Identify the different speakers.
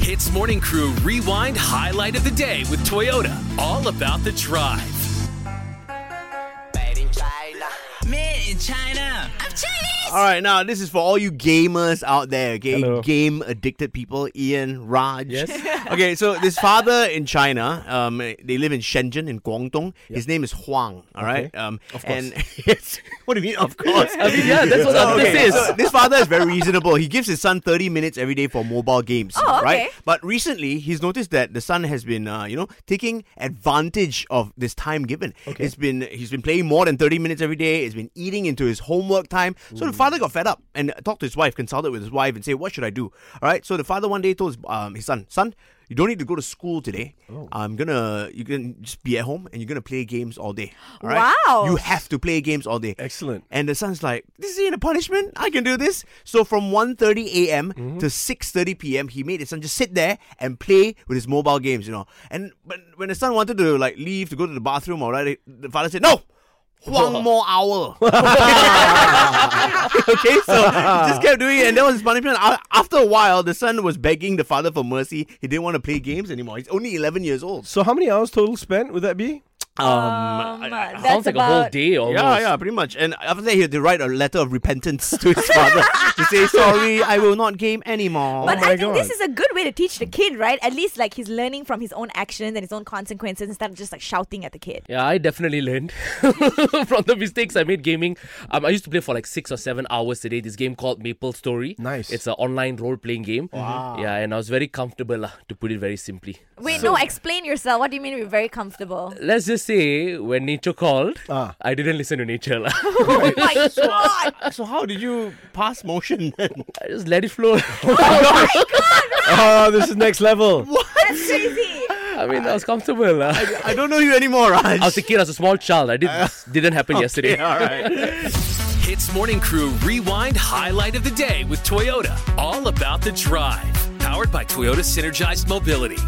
Speaker 1: Hits Morning Crew Rewind Highlight of the Day with Toyota. All about the drive.
Speaker 2: Made in China.
Speaker 3: Made in China. I'm Chinese.
Speaker 4: All right, now this is for all you gamers out there, okay?
Speaker 5: Hello.
Speaker 4: Game addicted people. Ian, Raj.
Speaker 5: Yes.
Speaker 4: okay, so this father in China, um, they live in Shenzhen in Guangdong. His name is Huang. All right. Um, of course. And yes, what do you mean? Of course.
Speaker 5: I mean, yeah, that's what
Speaker 4: So,
Speaker 5: this
Speaker 4: Oh, okay,
Speaker 5: is.
Speaker 4: so this father is very reasonable. He gives his son 30 minutes every day for mobile games,
Speaker 3: Oh, okay.
Speaker 4: right? But recently, he's noticed that the son has been, uh, you know, taking advantage of this time given.
Speaker 5: Okay.
Speaker 4: It's been he's been playing more than 30 minutes every day. He's been eating into his homework time. So the father got fed up and talked to his wife, consulted with his wife, and said, "What should I do?" All right. So the father one day told his, um, his son, "Son." You don't need to go to school today.
Speaker 5: Oh.
Speaker 4: I'm gonna you can just be at home and you're gonna play games all day. All right?
Speaker 3: Wow.
Speaker 4: You have to play games all day.
Speaker 5: Excellent.
Speaker 4: And the son's like, this ain't a punishment. I can do this. So from 1.30 a.m. to 6.30 p.m., he made his son just sit there and play with his mobile games, you know. And but when the son wanted to, like, leave to go to the bathroom or whatever, the father said, no! One more hour. okay, so he just kept doing it, and that was his punishment. A- After a while, the son was begging the father for mercy. He didn't want to play games anymore. He's only 11 years old.
Speaker 5: So how many hours total spent would that be?
Speaker 4: Um,
Speaker 3: Um, that's
Speaker 6: Sounds like
Speaker 3: about,
Speaker 6: a whole day almost.
Speaker 4: Yeah, yeah, pretty much. And after that, he had to write a letter of repentance to his father to say, "Sorry, I will not game anymore."
Speaker 3: But
Speaker 5: Oh
Speaker 3: I
Speaker 5: my
Speaker 3: think this
Speaker 5: God.
Speaker 3: is a good way to teach the kid, right? At least like he's learning from his own actions and his own consequences instead of just like shouting at the kid.
Speaker 6: Yeah, I definitely learned from the mistakes I made gaming. Um, I used to play for like six or seven hours a day. This game called Maple Story.
Speaker 5: Nice.
Speaker 6: It's an online role playing game. Wow. Yeah, and I was very comfortable, lah, to put it very simply.
Speaker 3: Wait, no, explain yourself. What do you mean we're very comfortable?
Speaker 6: Let's just say when nature called,
Speaker 5: Ah.
Speaker 6: I didn't listen to nature. lah.
Speaker 3: oh my god!
Speaker 4: so, how did you pass motion?
Speaker 6: I just let it flow.
Speaker 5: Oh, this is next level.
Speaker 3: That's crazy.
Speaker 6: I mean, I was comfortable. lah.
Speaker 4: I don't know you anymore, Raj.
Speaker 6: I was a kid, I was a small child. I did, this didn't happen yesterday.
Speaker 4: all right.
Speaker 1: Hits Morning Crew Rewind Highlight of the Day with Toyota. All about the drive. Powered by Toyota Synergized Mobility.